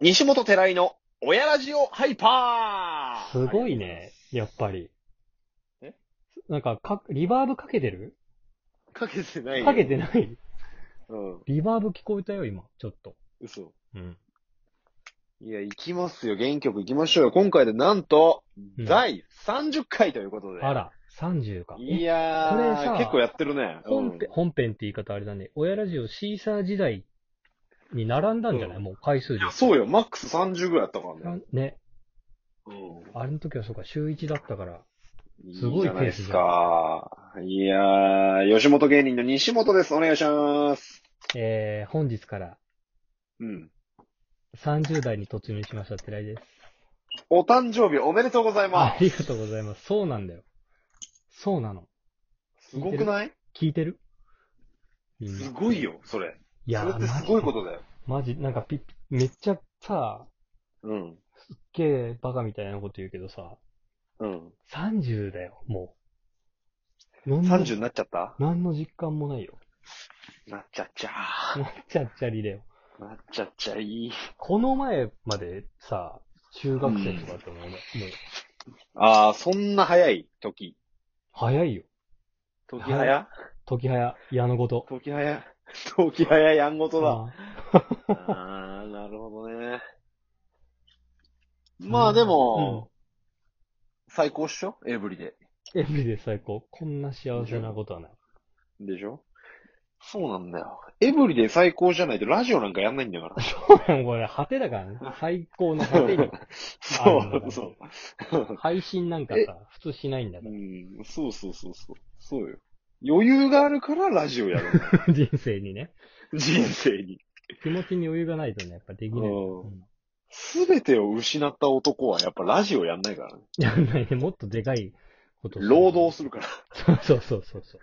西本寺井の親ラジオハイパーすごいね、やっぱり。えなんかか、リバーブかけてるかけてないよかけてない。うん。リバーブ聞こえたよ、今、ちょっと。嘘。うん。いや、行きますよ。原曲行きましょうよ。今回でなんと、うん第30回ということで。あら、30か。いやこれー、さ結構やってるね。本編、本編って言い方あれだね。親ラジオシーサー時代に並んだんじゃない、うんもう回数うんでいや。そうよ。マックス30ぐらいやったからなね。ね。うん。あれの時はそうか、週1だったから。すすごいごいじゃないペでーすスじゃんか。いやー、吉本芸人の西本です。お願いします。えー、本日からうん。 30代に突入しました、寺井です。お誕生日おめでとうございまありがとうございます。そうなんだよ。そうなの。す。すごくない聞いてるみんなすごいよ、それ。いやそれってマジすごいことだよ。マジ、なんかピッ、めっちゃさ、うん。ゲーバカみたいなこと言うけどさ、うん。 30だよ、もう。何の30になっちゃった何の実感もないよ。なっちゃっちゃなっちゃっちゃりだよ。ー。なっちゃっちゃいい。この前までさ、中学生とかだったの、俺もう、あー、そんな早い時。早いよ。時早早時早、矢のごと。時早。時早やんごとだ。ああー、なるほどね。まあでも、最高っしょエブリで。ー、エブリデイ最高。こんな幸せなこと はない。でしょそうなんだよ。エブリで最高じゃないとラジオなんかやんないん だから。これ、果てだからね。最高の果てに。そう、そう。配信なんかさ、普通しないんだかうん、そうそうそうそう。そうよ。余裕があるからラジオやるんだ よ。ら。人生にね。人生に。気持ちに余裕がないとね、やっぱできない。うんうんすべてを失った男はやっぱラジオやんないからね。やんないね。 もっとでかいことする労働するから。 そうそうそうそう。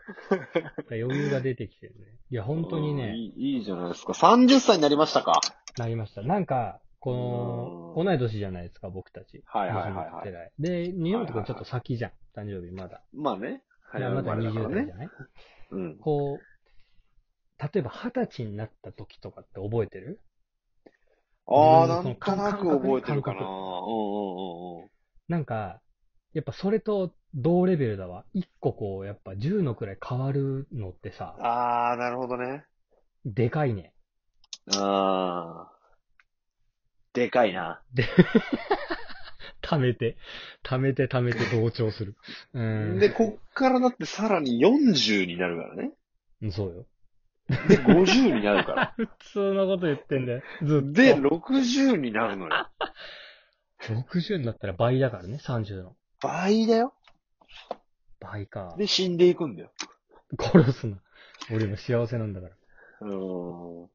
余裕が出てきてるね。いや、本当にうんね、いい。いいじゃないですか。30歳になりましたか。なりました。なんか、こうの、ん同い年じゃないですか、僕たち。はいはいはいはい西本寺井で、二本君ちょっと先じゃん。誕生日まだ。まあね。いやまだ生まれだから20代じね。ゃないうん。こう、例えば二十歳になった時とかって覚えてるああ、自分のなんとなそくの感覚覚えてるかな。う感覚んうんうんうん。なんか、やっぱそれと同レベルだわ。一個こう、やっぱ10のくらい変わるのってさ、ああ、なるほどね。でかいね。ああ。でかいな。貯めて、貯めて貯めて同調する。うん。で、こっからだってさらに40になるからね。うんそうよ。で、50になるから。普通のこと言ってんだよ。 ずっと。で、60になるのよ。 60になったら倍だからね、30の。倍だよ。倍か。で、死んでいくんだよ。殺すな。俺も幸せなんだ かうーん。っ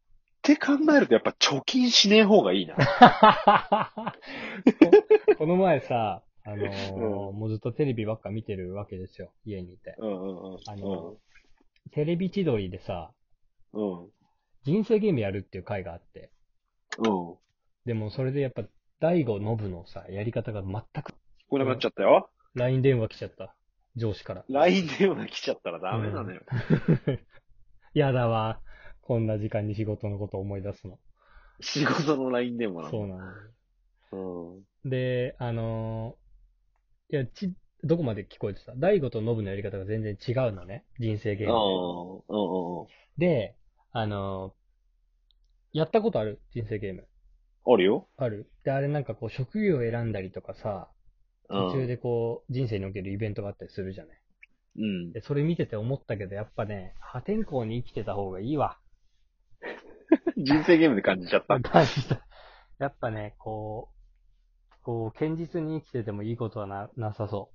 て考えるとやっぱ貯金しねえ方がいい な。ら。ここの前さ、あのーうもうずっとテレビばっか見てるわけですよ、家にいて。うんうんうん。あのテレビ千鳥でさ、うん。うん。人生ゲームやるっていう回があって。うん。でもそれでやっぱ、大悟ノブのさ、やり方が全く、聞こえなくなっちゃったよ。 LINE 電話来ちゃった。上司から。 LINE 電話来ちゃったらダメなのよ。やだわ。こんな時間に仕事のこと思い出すの。仕事の LINE 電話なの。そうなの。うん。で、あのーいや、ち、どこまで聞こえてた大悟とノブのやり方が全然違うのね。人生ゲーうム。ん。うんうんうん。で、あのーやったことある人生ゲーム。あるよ。あるで、あれなんかこう、職業を選んだりとかさ、うん途中でこう、人生におけるイベントがあったりするじゃない。うん。で、それ見てて思ったけど、やっぱね、破天荒に生きてた方がいいわ。人生ゲームで感じちゃった。感じた。やっぱね、こう、こう、堅実に生きててもいいことはな、なさそ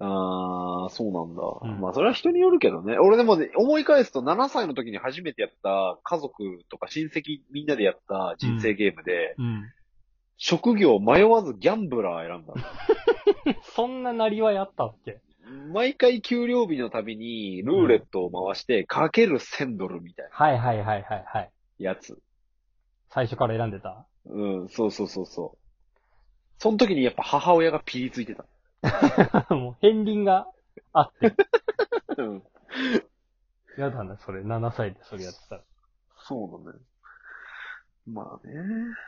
ああ、そうなんだ。うんまあ、それは人によるけどね。俺でもね、思い返すと7歳の時に初めてやった家族とか親戚みんなでやった人生ゲームで、う。うん。職業迷わずギャンブラー選んだそんななりわいあったっけの。毎回給料日のたびにルーレットを回して、かける1000ドルみたいなはいはいはいはいはい。やつ。最初から選んでた。うん、そうそうそうそう。その時にやっぱ母親がピリついてた。 もう、片鱗があって。うん。やだな、それ。7歳でそれやってたら。そうなんだよ。まあね。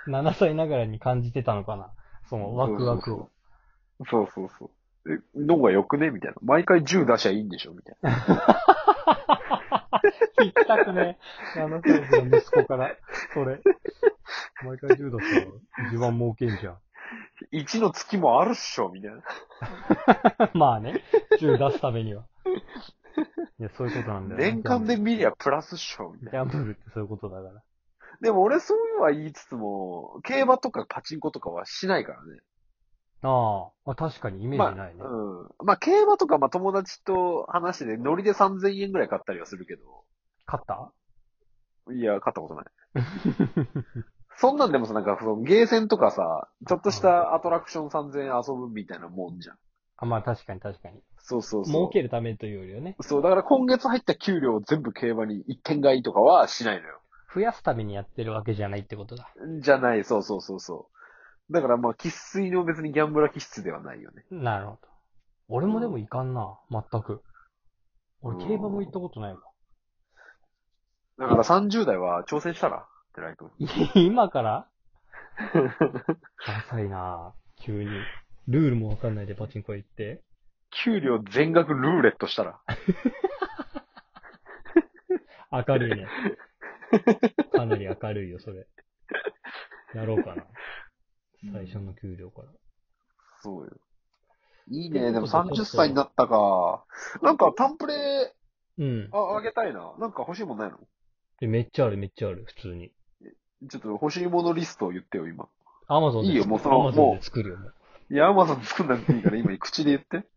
7歳ながらに感じてたのかな。そのワクワクを。そうそうそう。え、の方がよくねみたいな。毎回銃出しゃいいんでしょみたいな。聞きたくね。7歳の息子から、それ。毎回10だったら一番儲けんじゃん。 1の月もあるっしょみたいな。 まあね、銃出すためには。いや、そういうことなんだよな。年間で見りゃプラスっしょみギたいな。ャンブルってそういうことだから。でも俺そうは言いつつも、競馬とかパチンコとかはしないからね。 ああ、まあ確かにイメージないね。まあ、うん。まあ競馬とかまあ友達と話でノリで3000円ぐらい買ったりはするけど、勝ったいや、買ったことない。 そんなんでもさ、なんかそのゲーセンとかさ、ちょっとしたアトラクション3000円遊ぶみたいなもんじゃん。あ、まあ確かに確かに。そうそうそう。儲けるためというよりはね、そう、だから今月入った給料を全部競馬に一点買いとかはしないのよ。増やすためにやってるわけじゃないってことだ。じゃない、そうそうそうそう。だからまあ、喫水の別にギャンブラー気質ではないよね。なるほど。俺もでもいかんな、全く。俺うん競馬も行ったことないわ。だから30代は挑戦したら、寺井君。い今から ダサいな急に。ルールもわかんないでパチンコ行って。給料全額ルーレットしたら。明るい ね。かなり明るいよ、それ。やろうかな。最初の給料から。そうよ。いいといね。うでこともで30歳になったか。なんかタンプレうん。あ、あげたいな。なんか欲しいもんないのでめっちゃある、めっちゃある、普通に。ちょっと欲しいものリストを言ってよ、今。アマゾンで。いいよもうそのアマゾもンうで作るよ、もう。いや、アマゾン作んなくていいから、今口で言って。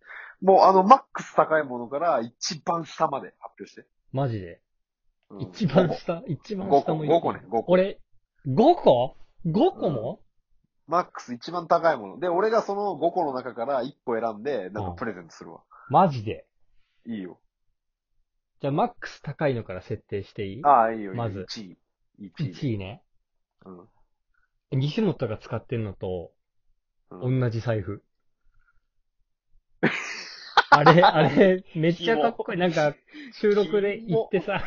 もうあの、マックス高いものから一番下まで発表して。マジで。うん一番下、一番5下個、もいい5個ね、5個。俺、5個 ?5 個も、マックス一番高いもの。で、俺がその5個の中から1個選んで、なんかプレゼントするわ。マジで。いいよ。じゃあ、マックス高いのから設定していいああ、いいよ、いいよ。まず1位。1位。 1位ね。うん。西本が使ってんのと、うん、同じ財布。あれ、あれ、めっちゃかっこいい。なんか、収録で行ってさ、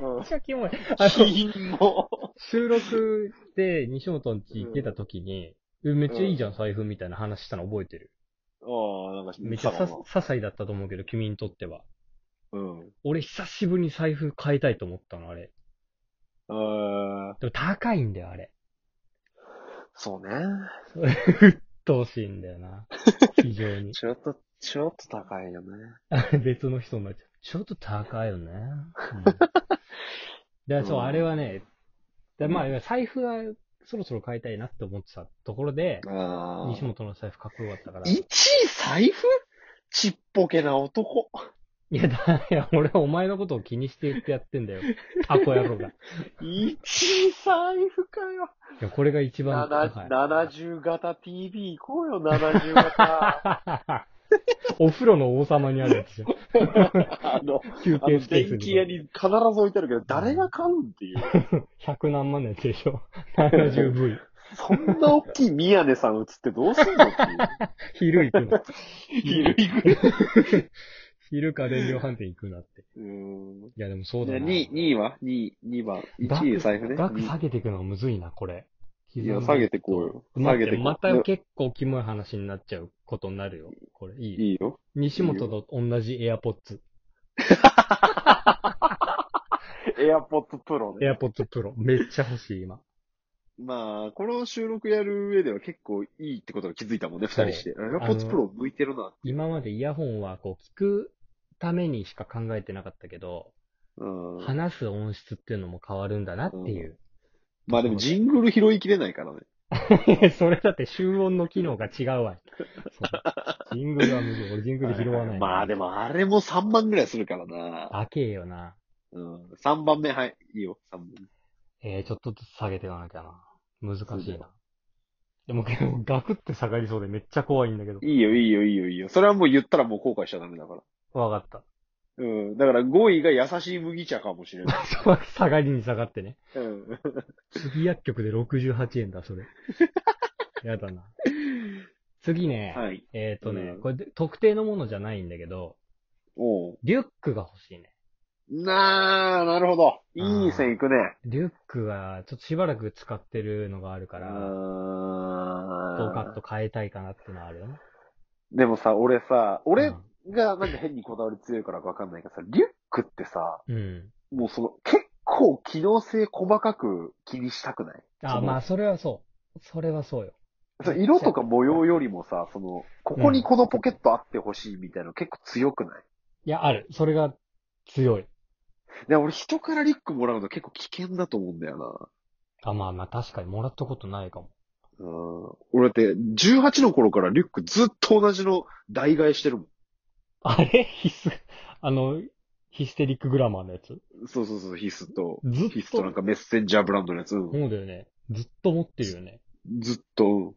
めっちゃキモい。 あの、金 も。収録で西本んち行ってた時に、えめっちゃいいじゃん、財布みたいな話したの覚えてる。ああ、なんか、めっちゃさ、さ、些細だったと思うけど、君にとっては。うん。俺、久しぶりに財布買いたいと思ったの、あれ。ああ、でも高いんだよ、あれ。そうね。どうしいんだよな。非常に。 ちょっと、ちょっと高いよね。あれ別の人になっちゃう。ちょっと高いよね。で、そうう、んあれはね、でまあ、財布はそろそろ買いたいなって思ってたところで、あ西本の財布かっこよかったから。 1い位財布ちっぽけな男。や、だ、いや、俺はお前のことを気にして言ってやってんだよ。アコ野郎が。い1位財布かよ。や、これが一番高い。 70型 TV 行こうよ、70型。 お風呂の王様にあるやつじゃん。あの、休あ憩のスペース電気屋に。に必ず置いてあるけど、誰が買うんっていう。 100何万のやつでしょ。70V。そんな大きい宮根さん映ってどうすんのっていう。 昼行くの。昼行く。昼家電量販店行くなって。うーん。いや、でもそうだでな。 2位、2位は ?2 位、2番。1位財布ね。額二位下げていくのはむずいな、これ。いや、下げてこうよ。待下ってげてこう。また結構キモい話になっちゃうことになるよ。これ、いい。いいよ。西本と同じ AirPods。エアポッドプロね。 AirPods Pro。めっちゃ欲しい、今。まあ、この収録やる上では結構いいってことが気づいたもんね、二人して。エアポッドプロ向いてるな。今までイヤホンは、こう、聞くためにしか考えてなかったけど、うん。話す音質っていうのも変わるんだなっていう。まあでもジングル拾いきれないからね。 それだって集音の機能が違うわ。そうジングルはむずい。俺ジングル拾わない。まあで。もあれも3万ぐらいするからな。あけえよな。うん。3番目、はい。いいよ、3番えー、ちょっとずつ下げていかなきゃな。難しいな。でも、でもガクって下がりそうでめっちゃ怖いんだけど目。。いいよ、いいよ、いいよ、いいよ。それはもう言ったらもう後悔しちゃダメだから。わかった。 うん。だから5位が優しい麦茶かもしれない。そう下がりに下がってね。 うん。次薬局で68円だ、それ。やだな。次ね、はい。えっ、とね、うんこれで特定のものじゃないんだけど、おう。リュックが欲しいね。なあ、なるほど。いい線いくね。リュックは、ちょっとしばらく使ってるのがあるうから、フォーカーット変えたいかなってのはあるよね。ん。でもさ、俺さ、俺うんがなんか変にこだわり強いからかわかんないけどさ、リュックってさ、うん。もうその、結構機能性細かく気にしたくないそあ、のまあ、それはそう。それはそうよ。そう色とか模様よりもさ、その、ここにこのポケットあってほしいみたいなの結構強くない、いや、ある。それが強い。で俺人からリュックもらうの結構危険だと思うんだよあ、まあまあ、確かにもらったことないかも。 な。うん。俺だって、18の頃からリュックずっと同じの代替えしてるもん。あれヒス、あの、ヒステリックグラマーのやつそうそうそう、ヒスと、ずっヒスとなんと、かメッセンジャーブランドのやつ。うんそうだよね。ずっと持ってるよね。ずっと、うん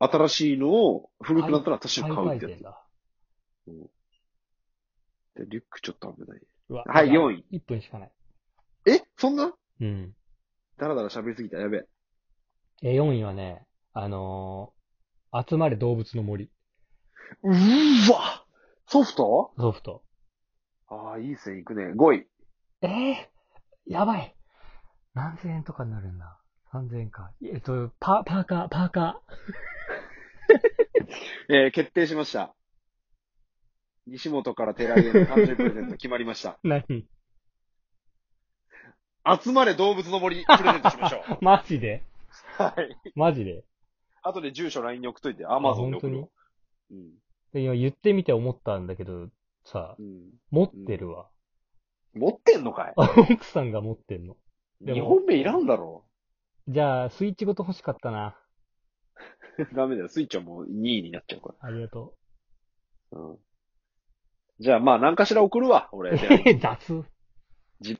新しいのを古くなったら私海が買う外ってやつ店。だ。でリュックちょっと危ない。うわはい、4位。位。 1分しかない。えそんなうん。だらだら喋りすぎた。やべえ。え、4位はね、あのー集まれ動物の森。うーわソフトソフト。ああ、いい線いくね。5位。ええやばい。何千円とかになるんだ。3000円か。えっと、パ、パーカー、パーカえー決定しました。西本から寺井への誕生日プレゼント決まりま した。ー。何集まれ動物の森プレゼントしましょう。マジではい。マジであとで住所 LINE に送っといて、Amazon で本当送にる。うん。で今言ってみて思ったんだけど、さう、ん。持ってるわ。持ってんのかいあ奥さんが持ってんの。でも ?2 本目いらんだろ。じゃあ、スイッチごと欲しかったな。ダメだよ。スイッチはもう2位になっちゃうかありがとら。うん。じゃあまあ何かしら送るわ、う。俺。え 雑。